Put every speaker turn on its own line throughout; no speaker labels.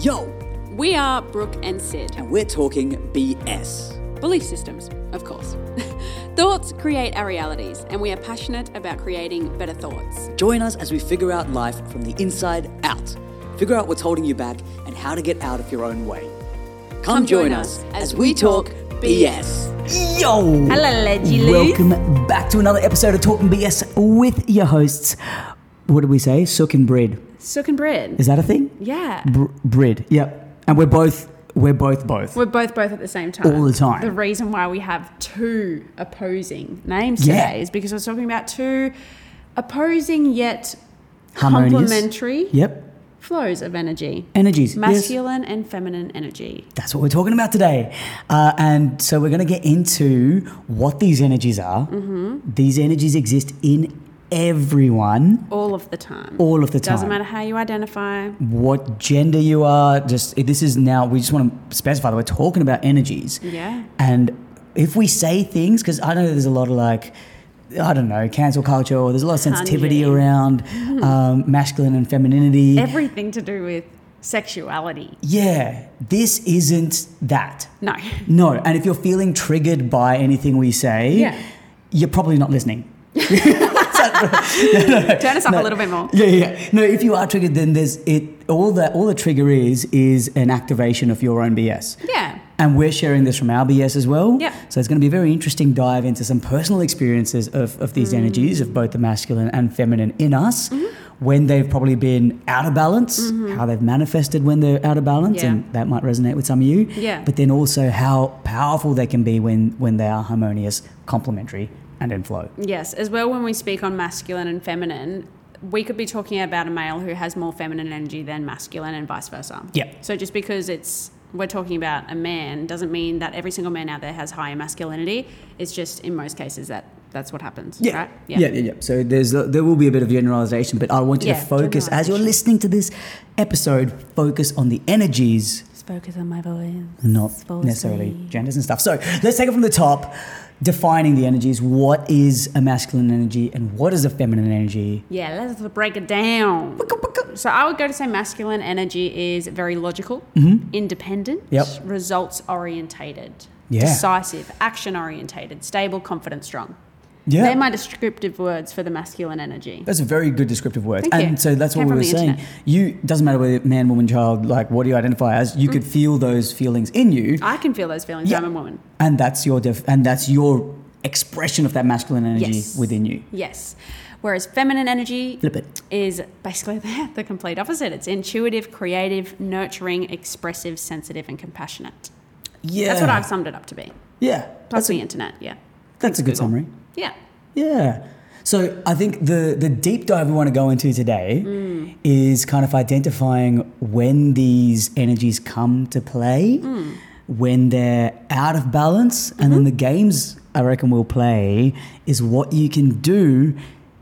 Yo,
We are Brooke and Sid.
and we're talking BS.
Belief systems, of course. thoughts create our realities, and we are passionate about creating better thoughts.
Join us as we figure out life from the inside out. Figure out what's holding you back and how to get out of your own way. Come, join, us as we talk BS. Yo!
Hello, Leggy
Welcome back to another episode of Talking BS with your hosts. What did we say? Sook and Brid.
Sook and bread.
Is that a thing?
Yeah.
Br- Brid. Yep. And we're both. We're both both.
We're both both at the same time.
All the time.
The reason why we have two opposing names
Yeah.
today is because I was talking about two opposing yet
Harmonious.
complementary
Yep.
flows of energy.
Energies. Yes.
Masculine and feminine energy.
That's what we're talking about today. Uh, and so we're going to get into what these energies are.
Mm-hmm.
These energies exist in everyone
All of the time.
all of the time.
Doesn't matter how you identify.
What gender you are, just this is now, we just want to specify that we're talking about energies.
Yeah.
And if we say things, because I know there's a lot of like, I don't know, cancel culture, or there's a lot of sensitivity
Hundred.
around
Mm-hmm.
um, masculine and femininity.
Everything to do with sexuality.
yeah, this isn't that.
No.
No, and if you're feeling triggered by anything we say,
Yeah.
you're probably not listening.
Turn us up a little bit more.
Yeah, yeah. yeah. No, if you are triggered, then there's it. All that all the trigger is is an activation of your own BS.
Yeah.
And we're sharing this from our BS as well.
Yep.
So it's going to be a very interesting dive into some personal experiences of, of
Mm.
these energies of both the masculine and feminine in us,
Mm-hmm.
when they've probably been out of balance, how they've manifested when they're out of balance,
Yeah.
and that might resonate with some of you.
Yeah.
But then also how powerful they can be when when they are harmonious, complementary, and in flow.
Yes, as well when we speak on masculine and feminine, we could be talking about a male who has more feminine energy than masculine and vice versa.
Yep.
So just because it's we're talking about a man doesn't mean that every single man out there has higher masculinity. It's just in most cases that that's what happens. Right?
yeah, yeah, yeah. So there's there will be a bit of generalization, but I want you to
Yeah,
focus as you're
generalisation.
listening to this episode. Focus on the energies
Just focus on my voice.
not
Falsely.
necessarily genders and stuff. So let's take it from the top, defining the energies. What is a masculine energy and what is a feminine energy?
Yeah, let's break it down. So I would go to say masculine energy is very logical, independent,
Mm-hmm. Yep.
results orientated,
Yeah.
decisive, action orientated, stable, confident, strong.
Yeah.
They're my descriptive words for the masculine energy.
That's a very good descriptive word.
Thank
and
you.
so that's what
Came
we
from
were
the
saying.
internet.
You doesn't matter whether man, woman, child, like what do you identify as,
Mm.
you could feel those feelings in you.
I can feel those feelings.
Yeah.
I'm a woman.
And that's your def- and that's your expression of that masculine energy
Yes.
within you.
Yes. Whereas feminine energy
Flip it.
is basically the, the complete opposite. It's intuitive, creative, nurturing, expressive, sensitive, and compassionate.
Yeah.
That's what I've summed it up to be.
Yeah.
Plus
That's
the
a,
internet. Yeah.
that's a good summary.
Yeah.
Yeah. So I think the the deep dive we want to go into today is kind of identifying when these energies come to play, when they're out of balance, and then the games I reckon we'll play is what you can do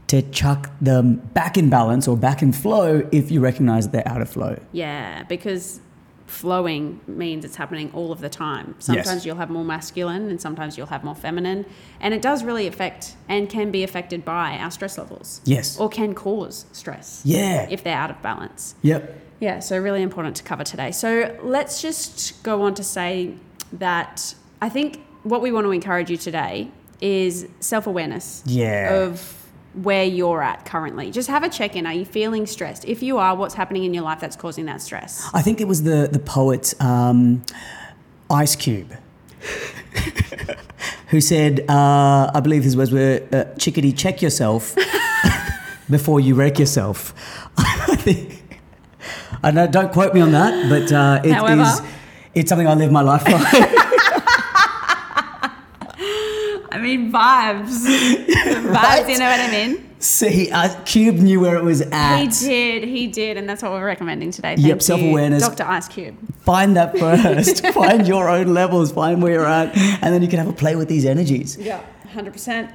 to chuck them back in balance or back in flow if you recognize that they're out of flow.
Yeah, because flowing means it's happening all of the time. Sometimes you'll have more masculine and sometimes you'll have more feminine. And it does really affect and can be affected by our stress levels.
Yes.
Or can cause stress.
Yeah.
Oh. If they're out of balance.
Yep.
Yeah, so really important to cover today. So let's just go on to say that I think what we want to encourage you today is self awareness
Yeah.
of where you're at currently. Just have a check in. Are you feeling stressed? If you are, what's happening in your life that's causing that stress?
I think it was the the poet um, Ice Cube who said, uh, I believe his words were, uh, "Chickadee, check yourself before you wreck yourself." I think- I know, don't quote me on that, but uh, it is
However-
it's something I live my life by.
I mean, vibes. vibes,
Right?
you know what I mean?
See, uh, Cube knew where it was at.
He did, he did, and that's what we're recommending today.
Yep,
Thank you,
self-awareness.
Dr. Ice Cube.
Find that first. find your own levels. Find where you're at, and then you can have a play with these energies.
Yeah, 100%.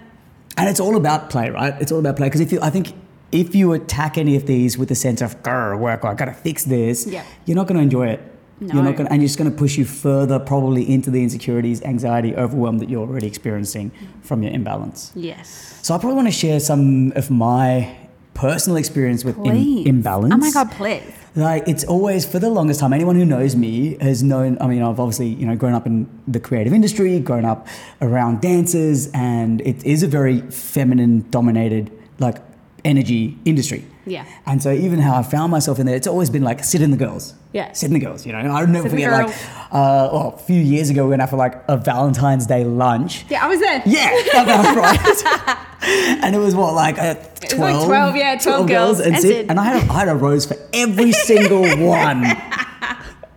And it's all about play, right? It's all about play because if you, I think, if you attack any of these with the sense of "grr, work, I gotta fix this,"
Yeah.
you're not going to enjoy it. You're
No.
not going, and you're just going to push you further, probably into the insecurities, anxiety, overwhelm that you're already experiencing from your imbalance.
Yes.
So I probably want to share some of my personal experience with im-
Please.
imbalance.
Oh my God, please.
like it's always for the longest time anyone who knows me has known i mean i've obviously you know grown up in the creative industry grown up around dancers and it is a very feminine dominated like energy industry
Yeah.
and so even how i found myself in there it's always been like sit in the girls
Yeah.
sit in the girls you know i'll never
Sit in the
forget like uh, oh, a few years ago we went out for like a valentine's day lunch
Yeah, I was there.
yeah, that was right. and it was what like uh,
was like
twelve,
12, yeah, 12 girls
and,
and
Sid.
Sid.
And I had a, I had a rose for every single one.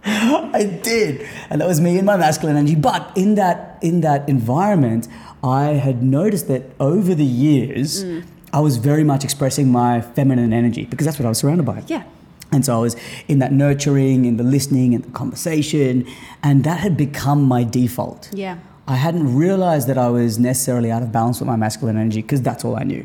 I did, and that was me in my masculine energy. But in that in that environment, I had noticed that over the years.
Mm.
I was very much expressing my feminine energy because that's what I was surrounded by.
Yeah.
And so I was in that nurturing, in the listening, and the conversation, and that had become my default.
Yeah.
I hadn't realized that I was necessarily out of balance with my masculine energy because that's all I knew.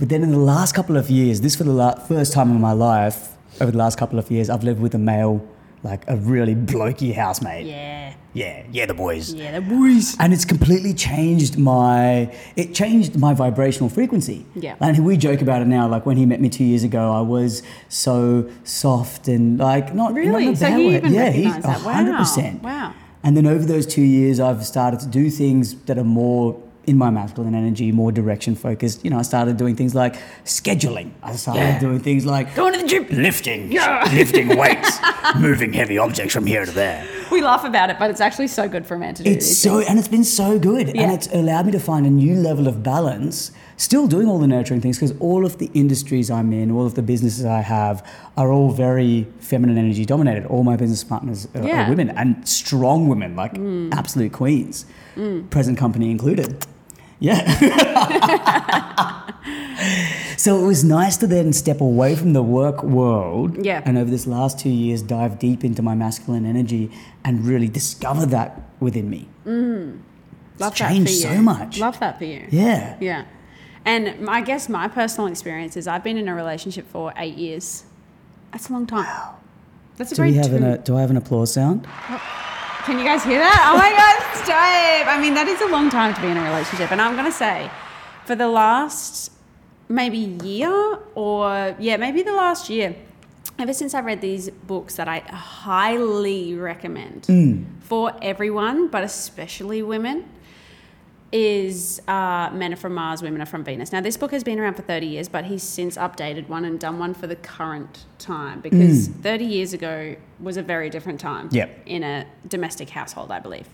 But then in the last couple of years, this for the la- first time in my life, over the last couple of years, I've lived with a male, like a really blokey housemate.
Yeah.
yeah, yeah, the boys.
Yeah, the boys.
And it's completely changed my it changed my vibrational frequency.
Yeah.
And we joke about it now. Like when he met me two years ago, I was so soft and like not not in
Really?
a
So
bad
he
way.
even
yeah,
recognized that. Wow.
hundred percent.
Wow.
And then over those two years, I've started to do things that are more in my masculine energy, more direction focused. You know, I started doing things like scheduling. I started
Yeah.
doing things like
Going to the gym.
lifting,
Yeah.
lifting weights, moving heavy objects from here to there.
We laugh about it, but it's actually so good for a man to do
It's
these
so, and it's been so good. And
Yeah.
it's allowed me to find a new level of balance, still doing all the nurturing things, because all of the industries I'm in, all of the businesses I have are all very feminine energy dominated. All my business partners are, are
Yeah. Mm.
women and strong women, like absolute queens, present company included. Yeah. so it was nice to then step away from the work world
Yeah.
and over this last two years dive deep into my masculine energy and really discover that within me.
Mm. Love
changed
that for you.
so much.
Love that for you.
Yeah.
Yeah. And m- I guess my personal experience is I've been in a relationship for eight years. That's a long time. That's a
Do
great
we have
two.
an uh, do I have an applause sound?
Can you guys hear that? Oh my God, Steve. I mean, that is a long time to be in a relationship. And I'm going to say, for the last maybe year or, yeah, maybe the last year, ever since I read these books that I highly recommend for everyone, but especially women, is uh, Men Are From Mars, Women Are From Venus. Now, this book has been around for 30 years, but he's since updated one and done one for the current time because
Hmm.
30 years ago was a very different time
Yep.
in a domestic household, I believe.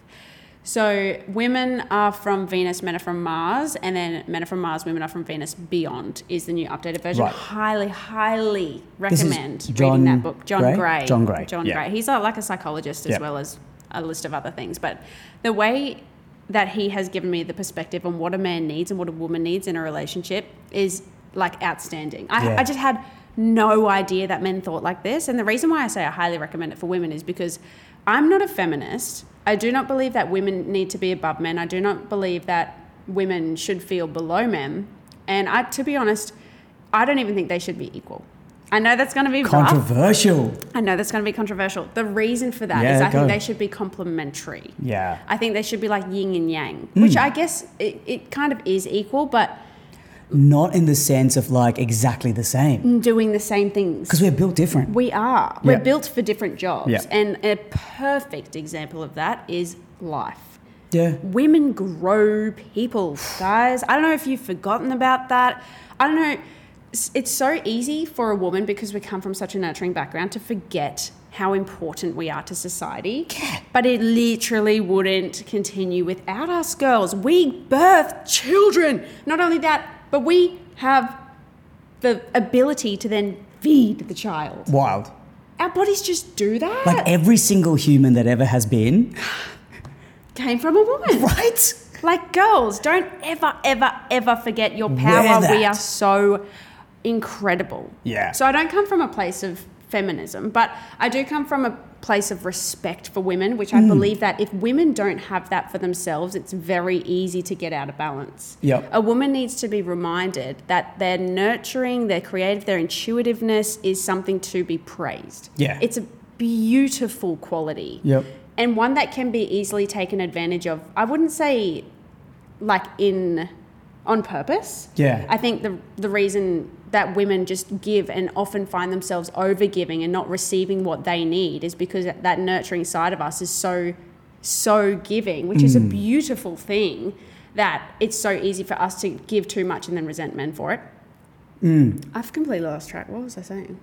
So, women are from Venus, men are from Mars, and then men are from Mars, women are from Venus beyond is the new updated version.
Right.
Highly, highly
is
recommend
John
reading that book. John
Gray?
Gray.
John Gray,
John
yeah.
Gray. He's uh, like a psychologist as
Yep.
well as a list of other things. But the way that he has given me the perspective on what a man needs and what a woman needs in a relationship is like outstanding. I,
Yeah.
I just had no idea that men thought like this. And the reason why I say I highly recommend it for women is because I'm not a feminist. I do not believe that women need to be above men. I do not believe that women should feel below men. And I, to be honest, I don't even think they should be equal. I know that's going to be rough.
Controversial.
I know that's going to be controversial. The reason for that is
Yeah,
I
go.
think they should be complementary.
Yeah.
I think they should be like yin and yang,
Hmm.
which I guess it, it kind of is equal, but
Not in the sense of like exactly the same.
doing the same things.
Because we're built different.
Mm. We are.
Yeah.
We're built for different jobs.
Yeah.
And a perfect example of that is life.
Yeah.
Women grow people, guys. I don't know if you've forgotten about that. I don't know. S- It's so easy for a woman because we come from such a nurturing background to forget how important we are to society. But it literally wouldn't continue without us girls. We birth children. Not only that, but we have the ability to then feed the child.
Wild.
Our bodies just do that.
Like every single human that ever has been,
Came from a woman.
right?
Like, girls, don't ever, ever, ever forget your
Wear
power.
that.
We are so incredible.
Yeah.
So I don't come from a place of feminism, but I do come from a place of respect for women, which
Hmm.
I believe that if women don't have that for themselves, it's very easy to get out of balance.
Yep.
A woman needs to be reminded that their nurturing, their creative, their intuitiveness is something to be praised.
Yeah.
It's a beautiful quality
Yep.
and one that can be easily taken advantage of. I wouldn't say like in on purpose.
Yeah.
I think the the reason that women just give and often find themselves over giving and not receiving what they need is because that- that nurturing side of us is so so giving which is a
Mm.
beautiful thing that it's so easy for us to give too much and then resent men for it
Mm.
i've completely lost track what was i saying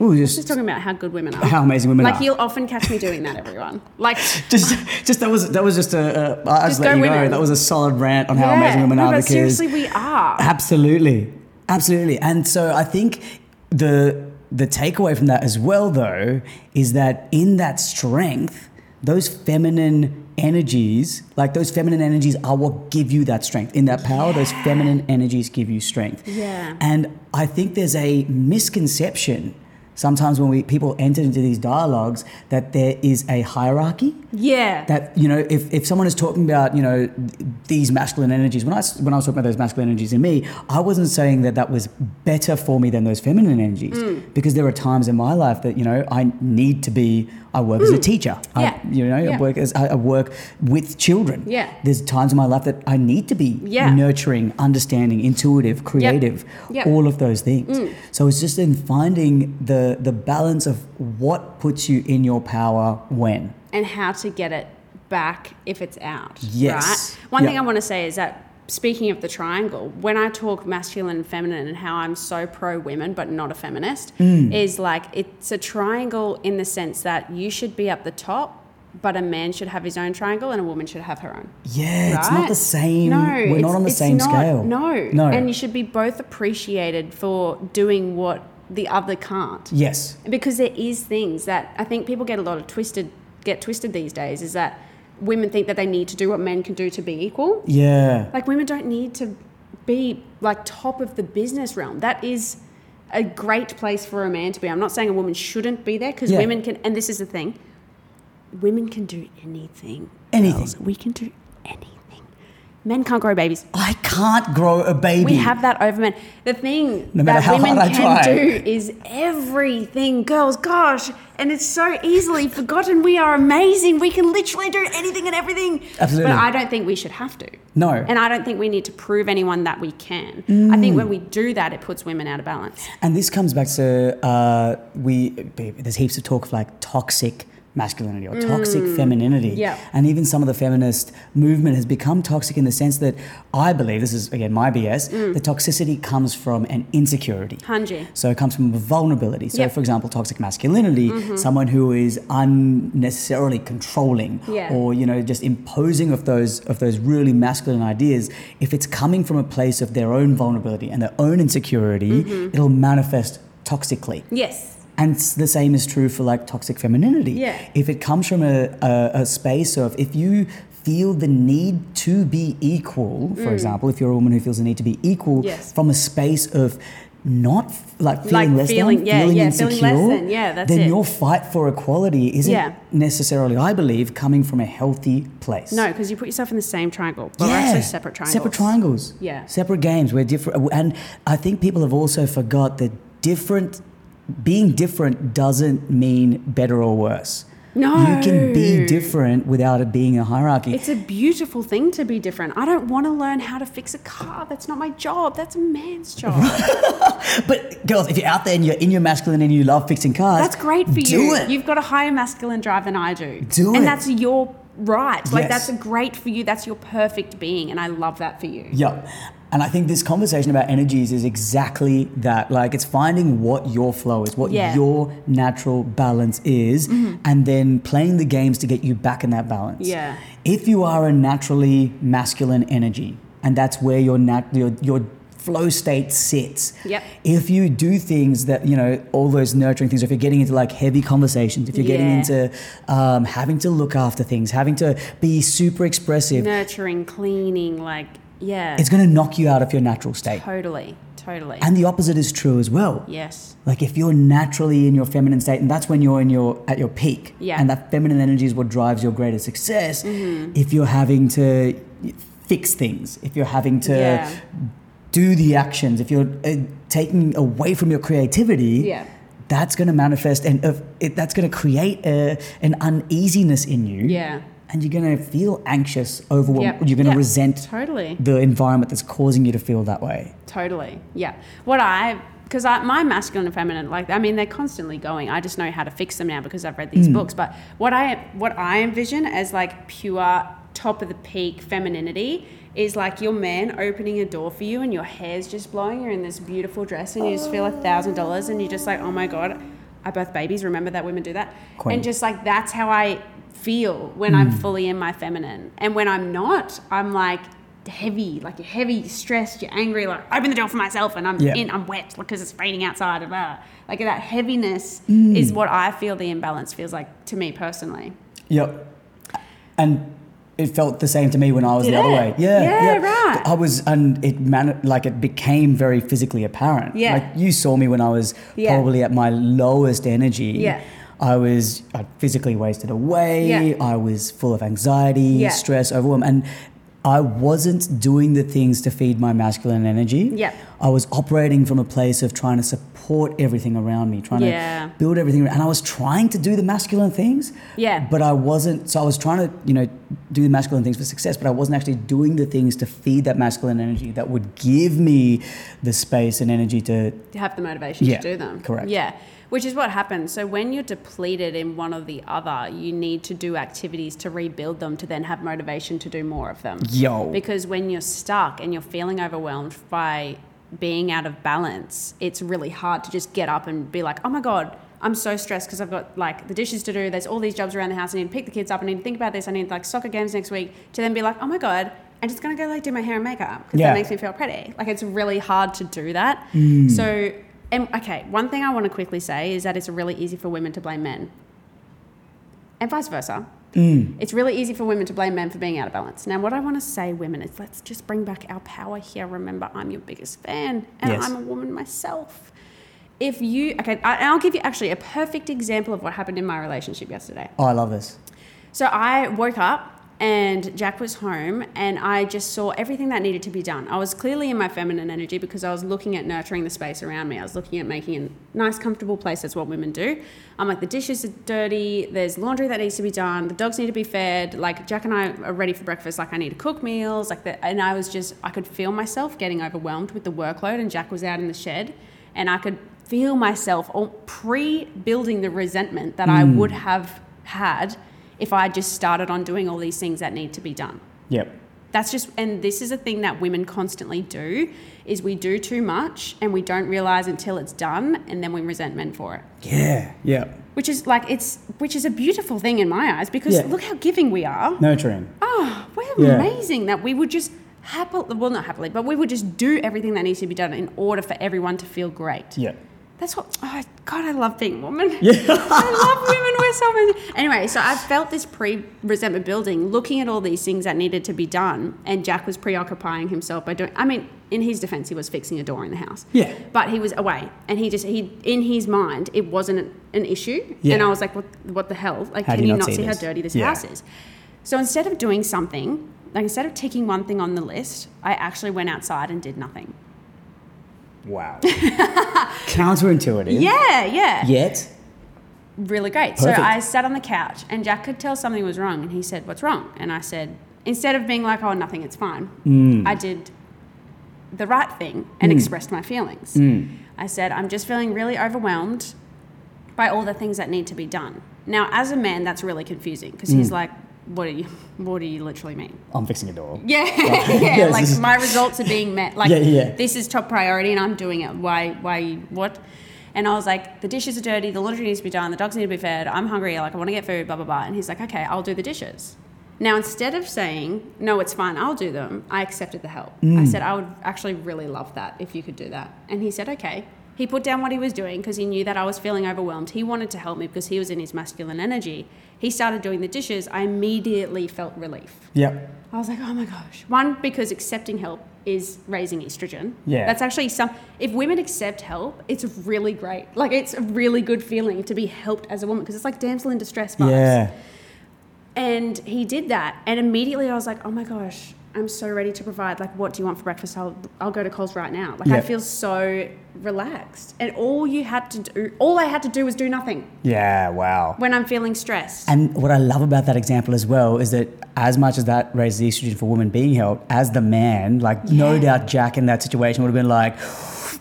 Ooh,
just
just
talking about how good women are
how amazing women
like
are.
you'll often catch me doing that everyone like
just, just that was that was just a. a I just
Just
let
go
you know
women.
that was a solid rant on how
yeah.
amazing women
No,
are
but
because
seriously we are
Absolutely. Absolutely. And so I think the the takeaway from that as well though is that in that strength those feminine energies like those feminine energies are what give you that strength in that power those feminine energies give you strength
Yeah.
and i think there's a misconception sometimes when we people enter into these dialogues that there is a hierarchy
yeah
that you know if, if someone is talking about you know th- these masculine energies when I s- when I was talking about those masculine energies in me I wasn't saying that that was better for me than those feminine energies
Mm.
because there are times in my life that you know I need to be I work as a teacher
Mm. Yeah.
I, you know I
Yeah.
work as I I work with children
Yeah.
there's times in my life that I need to be
Yeah.
nurturing understanding intuitive creative
Yep. Mm.
all of those things so it's just in finding the the balance of what puts you in your power when
and how to get it back if it's out.
Yes.
Right? One
Yeah.
thing I want to say is that speaking of the triangle, when I talk masculine and feminine and how I'm so pro women but not a feminist,
Mm.
is like it's a triangle in the sense that you should be up the top, but a man should have his own triangle and a woman should have her own.
Yeah, it's not
right?
the same.
No,
we're not
it's-
on the
it's
same
not.
scale.
No.
no.
And you should be both appreciated for doing what the other can't
yes,
because there is things that I think people get a lot of twisted get twisted these days is that women think that they need to do what men can do to be equal.
yeah,
Like women don't need to be like top of the business realm. That is a great place for a man to be. I'm not saying a woman shouldn't be there because
Yeah.
women can and this is the thing. Women can do anything.
Anything.
girls. We can do anything. Men can't grow babies.
I can't grow a baby.
We have that over men. The thing
No matter
that
how
women
hard I
can
try.
do is everything, girls. Gosh, and it's so easily forgotten. We are amazing. We can literally do anything and everything.
Absolutely.
But I don't think we should have to.
No.
And I don't think we need to prove anyone that we can. I think when
Mm.
we do that, it puts women out of balance.
and this comes back to uh, we. There's heaps of talk of like toxic masculinity or toxic femininity.
Mm. Yeah.
And even some of the feminist movement has become toxic in the sense that I believe this is again my BS.
Mm.
The toxicity comes from an insecurity.
Hanji.
So it comes from vulnerability. So,
Yep. Mm-hmm.
for example, toxic masculinity, someone who is unnecessarily controlling,
Yeah.
or you know, just imposing of those of those really masculine ideas. If it's coming from a place of their own vulnerability and their own insecurity,
Mm-hmm.
it'll manifest toxically.
Yes.
And s- the same is true for like toxic femininity.
Yeah.
If it comes from a, a, a space of if you feel the need to be equal, for example, if you're a woman who feels the need to be equal
Mm. Yes.
from a space of not f- like feeling less
feeling-
than,
yeah,
feeling
yeah,
insecure,
feeling less than, yeah, that's
then
it.
your fight for equality isn't
Yeah.
necessarily, I believe, coming from a healthy place.
No, because you put yourself in the same triangle, but we're actually separate triangles.
Separate triangles.
Yeah.
Separate games. We're different. And I think people have also forgot that different, being different doesn't mean better or worse.
No.
You can be different without it being a hierarchy.
It's a beautiful thing to be different. I don't want to learn how to fix a car. That's not my job. That's a man's job.
but girls, if you're out there and you're in your masculine and you love fixing cars,
That's great for
do
you.
It.
You've got a higher masculine drive than I do.
Do it.
and that's your right. Like
Yes.
that's great for you. That's your perfect being, and I love that for you.
Yeah. And I think this conversation about energies is exactly that. Like, it's finding what your flow is, what
Yeah. Mm-hmm.
your natural balance is, and then playing the games to get you back in that balance.
Yeah.
If you are a naturally masculine energy, and that's where your nat- your your flow state sits.
Yep.
If you do things that you know all those nurturing things, if you're getting into like heavy conversations, if you're getting
Yeah.
into um, having to look after things, having to be super expressive,
Nurturing, cleaning, like yeah,
it's going to knock you out of your natural state.
totally, totally.
And the opposite is true as well.
yes,
Like if you're naturally in your feminine state, and that's when you're in your at your peak,
Yeah. Mm-hmm.
and that feminine energy is what drives your greatest success. If you're having to fix things, if you're having to
Yeah.
do the actions, if you're uh, taking away from your creativity,
Yeah.
that's going to manifest and uh, it, that's going to create a, an uneasiness in you.
Yeah.
and you're going to feel anxious, overwhelmed.
Yeah.
You're going to
Yeah.
resent
totally.
the environment that's causing you to feel that way.
Totally. Yeah. What I because my masculine and feminine, like I mean, they're constantly going. I just know how to fix them now because I've read these books. But what I what I envision as like pure top of the peak femininity is like your man opening a door for you and your hair's just blowing. You're in this beautiful dress and you just feel a thousand dollars and you're just like, oh my god, I birth babies. Remember that women do that.
Queen.
And just like that's how I feel when
Hmm.
I'm fully in my feminine. And when I'm not, I'm like heavy, like you're heavy, you're stressed, you're angry, like open the door for myself and I'm
Yeah.
in, I'm wet because it's raining outside of her. Like that heaviness
Hmm.
is what I feel the imbalance feels like to me personally.
Yep. And it felt the same to me when I was
Did
the other
it?
way. Yeah,
Yeah, right.
I was, and it man, like it became very physically apparent.
Yeah.
Like you saw me when I was
Yeah.
probably at my lowest energy.
Yeah.
I was I physically wasted away.
Yeah.
I was full of anxiety,
Yeah.
stress, overwhelm, and I wasn't doing the things to feed my masculine energy.
Yep.
I was operating from a place of trying to support everything around me, trying
Yeah.
to build everything, around- and I was trying to do the masculine things.
Yeah.
But I wasn't, so I was trying to, you know, do the masculine things for success, but I wasn't actually doing the things to feed that masculine energy that would give me the space and energy to,
to have the motivation
Yeah,
to do them.
correct.
Yeah, which is what happens. So when you're depleted in one or the other, you need to do activities to rebuild them to then have motivation to do more of them.
Yo.
Because when you're stuck and you're feeling overwhelmed by being out of balance, it's really hard to just get up and be like, oh my God. I'm so stressed because I've got like the dishes to do. There's all these jobs around the house. I need to pick the kids up. I need to think about this. I need like soccer games next week. To then be like, oh my god, I'm just gonna go like do my hair and makeup because
Yeah.
that makes me feel pretty. Like it's really hard to do that. So, and okay, one thing I want to quickly say is that it's really easy for women to blame men, and vice versa. It's really easy for women to blame men for being out of balance. Now, what I want to say, women, is let's just bring back our power here. Remember, I'm your biggest fan, and
Yes.
I'm a woman myself. If you okay, I, and I'll give you actually a perfect example of what happened in my relationship yesterday.
oh, I love this.
So I woke up and Jack was home and I just saw everything that needed to be done. I was clearly in my feminine energy because I was looking at nurturing the space around me. I was looking at making a nice, comfortable place. That's what women do. I'm like, the dishes are dirty. There's laundry that needs to be done. The dogs need to be fed. Like, Jack and I are ready for breakfast. Like, I need to cook meals. Like, that. and I was just, I could feel myself getting overwhelmed with the workload. And Jack was out in the shed and I could feel myself pre building the resentment that I would have had if I just started on doing all these things that need to be done.
Yep.
That's just, and this is a thing that women constantly do, is we do too much and we don't realize until it's done, and then we resent men for it.
Yeah. Yep.
Which is like it's, which is a beautiful thing in my eyes because
Yeah.
look how giving we are.
Nurturing.
Oh, we're
Yeah.
amazing that we would just happily, well, not happily, but we would just do everything that needs to be done in order for everyone to feel great.
Yep.
That's what. Oh God, I love being a woman. I love women. We're so amazing. Anyway, so I felt this pre-resentment building, looking at all these things that needed to be done, and Jack was preoccupying himself by doing. I mean, in his defense, he was fixing a door in the house.
Yeah.
But he was away, and he just he in his mind it wasn't an, an issue,
Yeah.
and I was like, what what the hell? Like,
How do
can
you
you
not
not
see
see, how
this?
dirty this
Yeah.
house is? So instead of doing something, like instead of ticking one thing on the list, I actually went outside and did nothing.
Wow. Counterintuitive.
Yeah, yeah.
Yet.
really great.
Perfect.
So I sat on the couch and Jack could tell something was wrong and he said, What's wrong? And I said, Instead of being like, Oh, nothing, it's fine, I did the right thing and expressed my feelings. I said, I'm just feeling really overwhelmed by all the things that need to be done. Now, as a man, that's really confusing because he's like, what do you what do you literally mean?
I'm fixing a door.
Yeah, yeah.
Yes,
like
this is-
my results are being met. Like
Yeah, yeah.
this is top priority, and I'm doing it. Why? Why? What? And I was like, the dishes are dirty. The laundry needs to be done. The dogs need to be fed. I'm hungry. Like I want to get food. Blah blah blah. And he's like, okay, I'll do the dishes. Now instead of saying no, it's fine, I'll do them. I accepted the help.
Mm.
I said I would actually really love that if you could do that. And he said, okay. He put down what he was doing because he knew that I was feeling overwhelmed. He wanted to help me because he was in his masculine energy. He started doing the dishes. I immediately felt relief.
Yep.
I was like, oh my gosh. One, because accepting help is raising estrogen.
Yeah.
That's actually some, if women accept help, it's really great. Like, it's a really good feeling to be helped as a woman because it's like damsel in distress vibes.
Yeah.
And he did that. And immediately I was like, oh my gosh, I'm so ready to provide. Like, what do you want for breakfast? I'll, I'll go to Coles right now. Like,
Yeah.
I feel so relaxed. And all you had to do, all I had to do was do nothing
Yeah. Wow.
when I'm feeling stressed.
And what I love about that example as well is that as much as that raises the estrogen for women being helped, as the man, like no doubt Jack in that situation would have been like,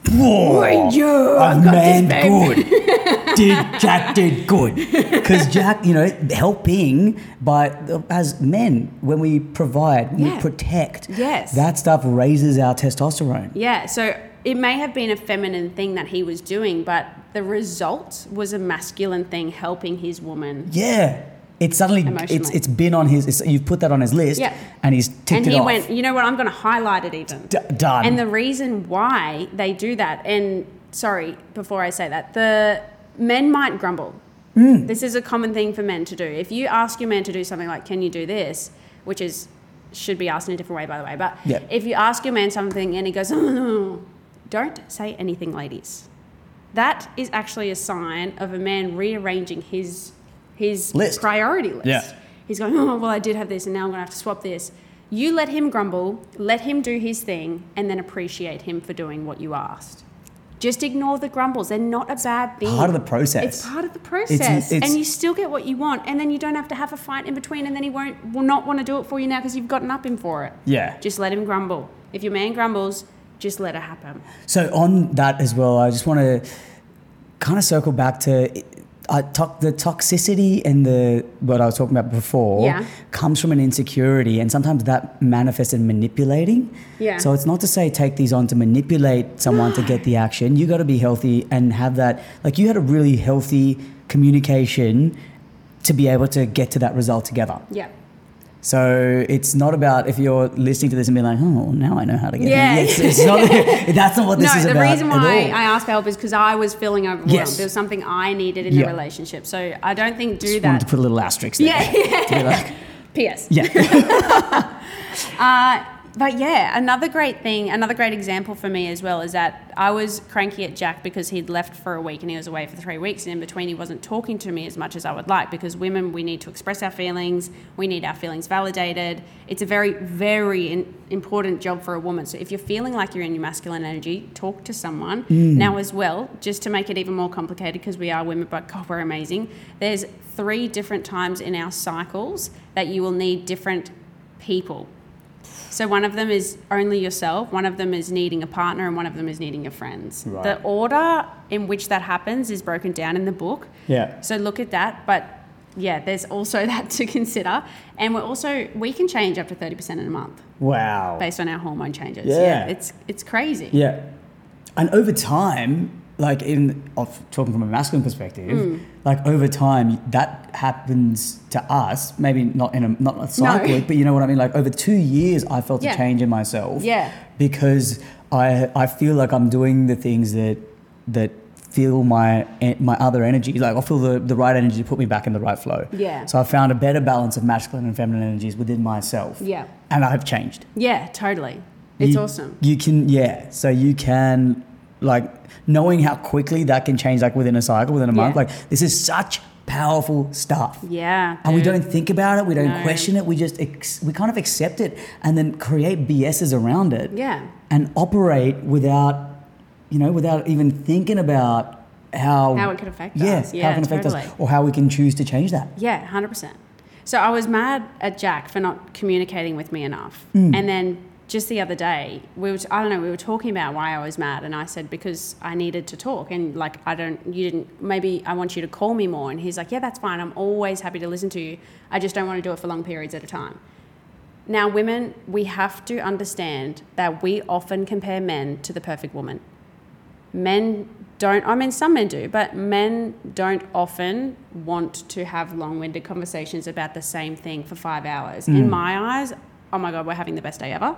Whoa,
yeah,
a
I've got this,
man good. did Jack did good because Jack, you know, helping, but as men, when we provide, when
Yeah.
we protect,
Yes.
that stuff raises our testosterone.
Yeah, so it may have been a feminine thing that he was doing, but the result was a masculine thing helping his woman.
Yeah, it's suddenly it's
Emotionally.
it's been on his. It's, you've put that on his list,
Yeah.
and he's ticked
and
it
he
off.
went, you know what, I'm going to highlight it even.
D- done.
And the reason why they do that, and sorry, before I say that, the men might grumble.
Mm.
This is a common thing for men to do. If you ask your man to do something like, can you do this, which is should be asked in a different way, by the way, but
Yeah.
if you ask your man something and he goes, "Oh, don't say anything, ladies. That is actually a sign of a man rearranging his his
List.
priority list.
Yeah.
He's going, oh, well, I did have this, and now I'm going to have to swap this. You let him grumble, let him do his thing, and then appreciate him for doing what you asked. Just ignore the grumbles. They're not a bad thing.
part of the process.
It's part of the process.
it's-
and you still get what you want, and then you don't have to have a fight in between, and then he won't will not want to do it for you now because you've gotten up him for it.
Yeah.
Just let him grumble. If your man grumbles, just let it happen.
So on that as well, I just want to kind of circle back to uh, to- the toxicity and the what I was talking about before
Yeah.
comes from an insecurity, and sometimes that manifests in manipulating.
Yeah.
So it's not to say take these on to manipulate someone to get the action. You got to be healthy and have that. Like you had a really healthy communication to be able to get to that result together.
Yeah.
So it's not about if you're listening to this and being like, oh, now I know how to get.
Yeah.
It's, it's not, that's not what this
no,
is
the
about.
reason
at
why
all.
I asked for help is because I was feeling overwhelmed.
Yes.
There was something I needed in
Yeah.
the relationship. So I don't think do
Just wanted to
that.
put a little asterisk there.
Yeah.
To be like,
P.S.
yeah.
Uh, but yeah, another great thing, another great example for me as well is that I was cranky at Jack because he'd left for a week and he was away for three weeks. And in between, he wasn't talking to me as much as I would like because women, we need to express our feelings. We need our feelings validated. It's a very, very in- important job for a woman. So if you're feeling like you're in your masculine energy, talk to someone. Now, as well, just to make it even more complicated because we are women, but God, we're amazing. There's three different times in our cycles that you will need different people so one of them is only yourself, one of them is needing a partner, and one of them is needing your friends.
Right.
The order in which that happens is broken down in the book.
Yeah.
So look at that, but yeah, there's also that to consider. And we're also we can change up to 30% in a month
Wow.
based on our hormone changes.
Yeah.
it's it's crazy.
Yeah. And over time, like in of talking from a masculine perspective,
Mm.
like over time that happens to us. Maybe not in a not a cycle, but you know what I mean. Like over two years, I felt
Yeah.
a change in myself.
Yeah.
Because I I feel like I'm doing the things that that feel my en- my other energy. Like I feel the, the right energy to put me back in the right flow.
Yeah.
So I found a better balance of masculine and feminine energies within myself.
Yeah.
And I've changed.
Yeah, totally. It's
You-
awesome.
You can, yeah. So you can, like, knowing how quickly that can change, like, within a cycle, within a month,
Yeah.
like, this is such powerful stuff.
Yeah.
And we
dude.
don't think about it, we don't
No.
question it, we just, ex- we kind of accept it and then create BSs around it
Yeah.
and operate without, you know, without even thinking about how,
How it could affect
yeah,
us.
how it
Yeah,
can affect us
totally.
or how we can choose to change that.
Yeah, hundred percent. So I was mad at Jack for not communicating with me enough, and then just the other day we were t- I don't know we were talking about why I was mad, and I said because I needed to talk, and like I don't you didn't maybe I want you to call me more, and he's like yeah that's fine I'm always happy to listen to you I just don't want to do it for long periods at a time. Now women we have to understand that we often compare men to the perfect woman men don't i mean some men do but men don't often want to have long-winded conversations about the same thing for five hours in my eyes oh my god we're having the best day ever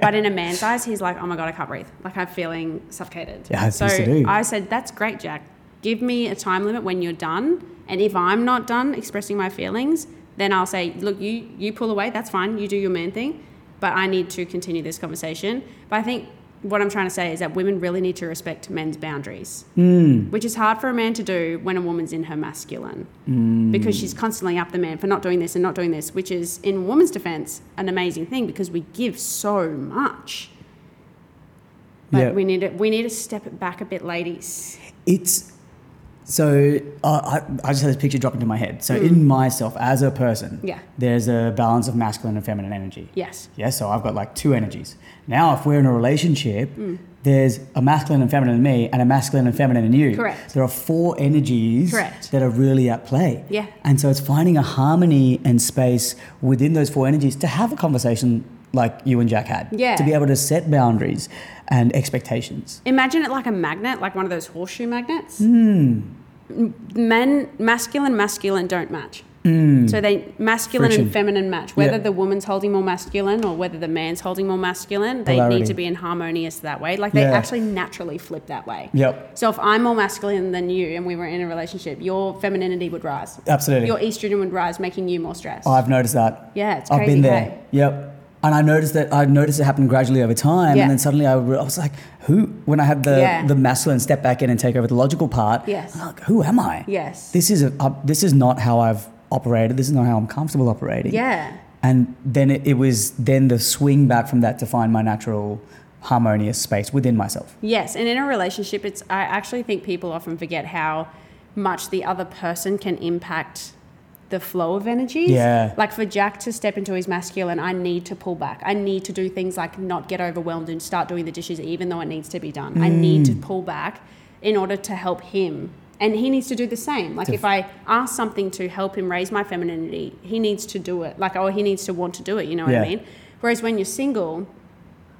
but in a man's eyes he's like oh my god i can't breathe like i'm feeling suffocated
Yeah, it's
so
used to do.
i said that's great jack give me a time limit when you're done and if i'm not done expressing my feelings then i'll say look you you pull away that's fine you do your man thing but i need to continue this conversation but i think what i'm trying to say is that women really need to respect men's boundaries
Hmm.
which is hard for a man to do when a woman's in her masculine because she's
Mm.
constantly up the man for not doing this and not doing this, which is, in a woman's defense, an amazing thing because we give so much. But
Yeah.
we need to we need to step it back a bit, ladies.
it's So uh, I, I just had this picture drop into my head. So in myself as a person,
Mm. Yeah.
there's a balance of masculine and feminine energy.
Yes.
Yeah, so I've got like two energies. Now, if we're in a relationship,
Mm.
there's a masculine and feminine in me and a masculine and feminine in you.
Correct.
There are four energies
Correct.
that are really at play.
Yeah.
And so it's finding a harmony and space within those four energies to have a conversation like you and Jack had.
Yeah.
To be able to set boundaries and expectations.
Imagine it like a magnet, like one of those horseshoe magnets.
Hmm.
M- Men, masculine, masculine don't match. So they
Hmm.
masculine
Friction.
and feminine match. Whether
Yeah.
the woman's holding more masculine or whether the man's holding more masculine, they
Polarity.
need to be in harmonious that way. Like they
Yeah.
actually naturally flip that way.
Yep.
So if I'm more masculine than you and we were in a relationship, your femininity would rise.
Absolutely.
Your estrogen would rise, making you more stressed.
Oh, I've noticed that.
Yeah, it's
I've been
crazy,
there.
hey?
Yep. And I noticed that I noticed it happened gradually over time,
Yeah.
and then suddenly I, re- I was like, "Who?" When I had the
Yeah.
the masculine step back in and take over the logical part,
Yes.
I'm like, who am I?
Yes.
this is a, uh, this is not how I've operated. This is not how I'm comfortable operating.
yeah.
And then it, it was then the swing back from that to find my natural harmonious space within myself.
Yes, and in a relationship, it's I actually think people often forget how much the other person can impact the flow of energies.
Yeah.
Like for Jack to step into his masculine, I need to pull back. I need to do things like not get overwhelmed and start doing the dishes even though it needs to be done. I need
Mm.
to pull back in order to help him. And he needs to do the same. Like if I ask something to help him raise my femininity, he needs to do it. Like or he needs to want to do it, you know what I
Yeah.
mean? Whereas when you're single,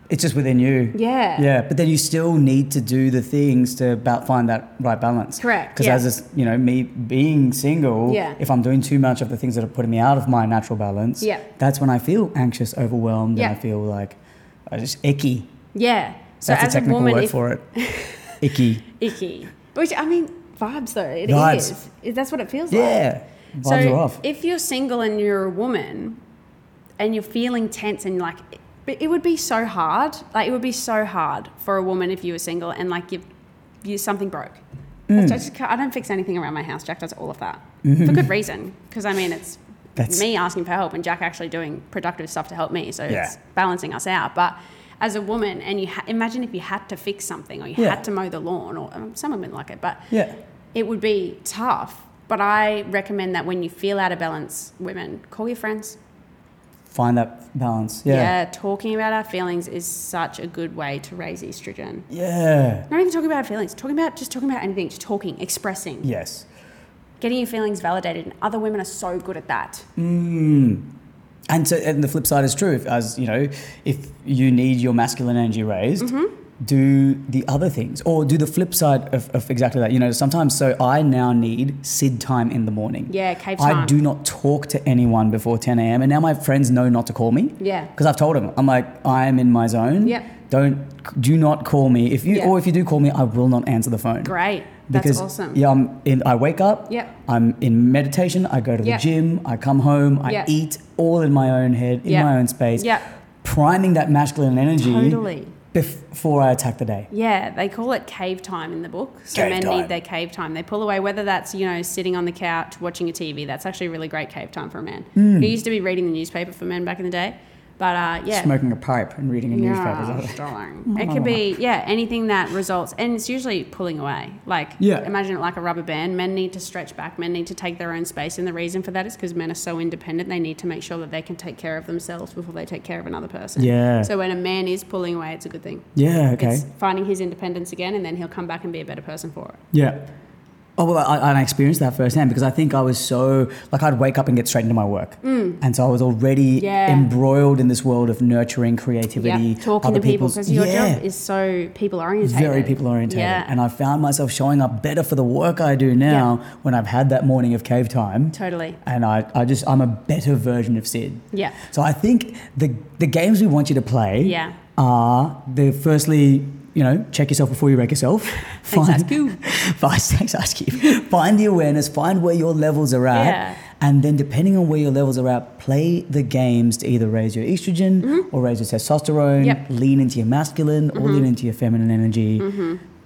It's just within you.
Yeah.
Yeah, but then you still need to do the things to ba- find that right balance.
Correct,
Because
yeah.
as a s you know me being single,
Yeah.
if I'm doing too much of the things that are putting me out of my natural balance,
Yeah.
that's when I feel anxious, overwhelmed,
Yeah.
and I feel like I just icky.
yeah. So
that's a
as
technical
a woman,
word
if
for it. icky.
icky. Which I mean, vibes though. It
Vibes.
is. It- That's what it feels like.
Yeah. Vibes
so
are off.
if you're single and you're a woman, and you're feeling tense and like, but it would be so hard. Like it would be so hard for a woman if you were single and like you, you something broke.
Mm.
I, just can't- I don't fix anything around my house. Jack does all of that for good reason. Because I mean, it's
Mm-hmm. That's-
me asking for help and Jack actually doing productive stuff to help me. So
Yeah.
it's balancing us out. But as a woman, and you ha- imagine if you had to fix something or you
Yeah.
had to mow the lawn or um, some women like it, but
Yeah.
it would be tough. But I recommend that when you feel out of balance, women call your friends.
Find that balance.
Yeah,
Yeah.
talking about our feelings is such a good way to raise estrogen.
Yeah.
Not even talking about our feelings, talking about just talking about anything, just talking, expressing,
Yes.
getting your feelings validated. And other women are so good at that.
Mm. And so, and the flip side is true. If, as you know, if you need your masculine energy raised,
Mm-hmm.
do the other things, or do the flip side of, of exactly that. You know, sometimes. So I now need Sid time in the morning.
Yeah, cave
I
time.
do not talk to anyone before 10 a.m. And now my friends know not to call me.
Yeah.
Because I've told them, I'm like, I am in my zone.
Yep.
Don't, do not call me. If you,
Yeah.
or if you do call me, I will not answer the phone.
Great. That's
Because
awesome.
yeah, I'm in. I wake up.
Yep.
I'm in meditation. I go to the
Yep.
gym. I come home. I
Yep.
eat all in my own head, in
Yep.
my own space.
Yep.
Priming that masculine energy
Totally.
bef- before I attack the day.
Yeah, they call it cave time in the book. So
Cave
men
time.
need their cave time. They pull away, whether that's, you know, sitting on the couch, watching a TV. That's actually really great cave time for a man. It used to be reading the newspaper for men back in the day. But uh, yeah.
Smoking a pipe and reading a
Yeah,
newspaper.
darling. It could be, yeah, anything that results. And it's usually pulling away. Like,
Yeah.
imagine it like a rubber band. Men need to stretch back. Men need to take their own space. And the reason for that is because men are so independent, they need to make sure that they can take care of themselves before they take care of another person.
Yeah.
So when a man is pulling away, it's a good thing.
Yeah. Okay.
It's finding his independence again, and then he'll come back and be a better person for it.
Yeah. Oh well, I, I experienced that firsthand because I think I was so like I'd wake up and get straight into my work, and so I was already
Mm. Yeah.
embroiled in this world of nurturing creativity,
Yeah, talking
other
to people
people's-
because your
Yeah.
job is so people orientated.
very people orientated.
Yeah,
And I found myself showing up better for the work I do now when I've had that morning of cave time.
totally.
And I, I just, I'm a better version of Sid.
Yeah.
So I think the, the games we want you to play
Yeah.
are the firstly, you know, check yourself before you wreck yourself.
Ice Cube.
Find, thanks, Ice Cube. Find the awareness, find where your levels are at.
Yeah.
And then, depending on where your levels are at, play the games to either raise your estrogen or raise your testosterone,
Mm-hmm. Yep. Mm-hmm.
lean into your masculine or lean into your feminine energy.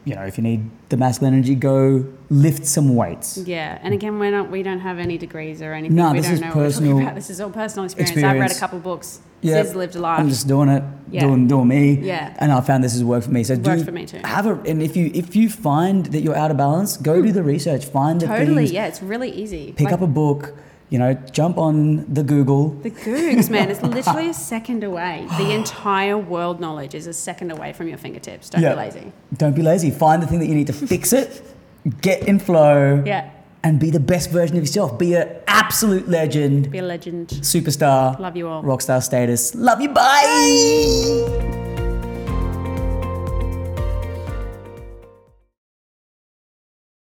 you know, if you need the masculine energy, go lift some weights.
Yeah, and again, we're not. We don't have any degrees or anything.
No,
we
this
don't
is
know what we're talking
personal
about. This is all personal experience. I've read
experience.
a couple books.
Yeah,
Sis lived a life.
I'm just doing it,
Yeah.
doing doing me.
Yeah.
And I found this has worked for me. So do
Worked for me too.
have a and if you if you find that you're out of balance, go do the research, find the
Hmm. totally.
things,
Yeah, it's really easy.
pick
Like,
up a book, you know, jump on the Google.
the Googs, man, it's literally a second away. The entire world knowledge is a second away from your fingertips. Don't
Yeah.
be lazy.
Don't be lazy. Find the thing that you need to fix it. Get in flow.
Yeah,
And be the best version of yourself. Be an absolute legend,
be a legend.
superstar,
Love you all.
rock star status. Love you. Bye.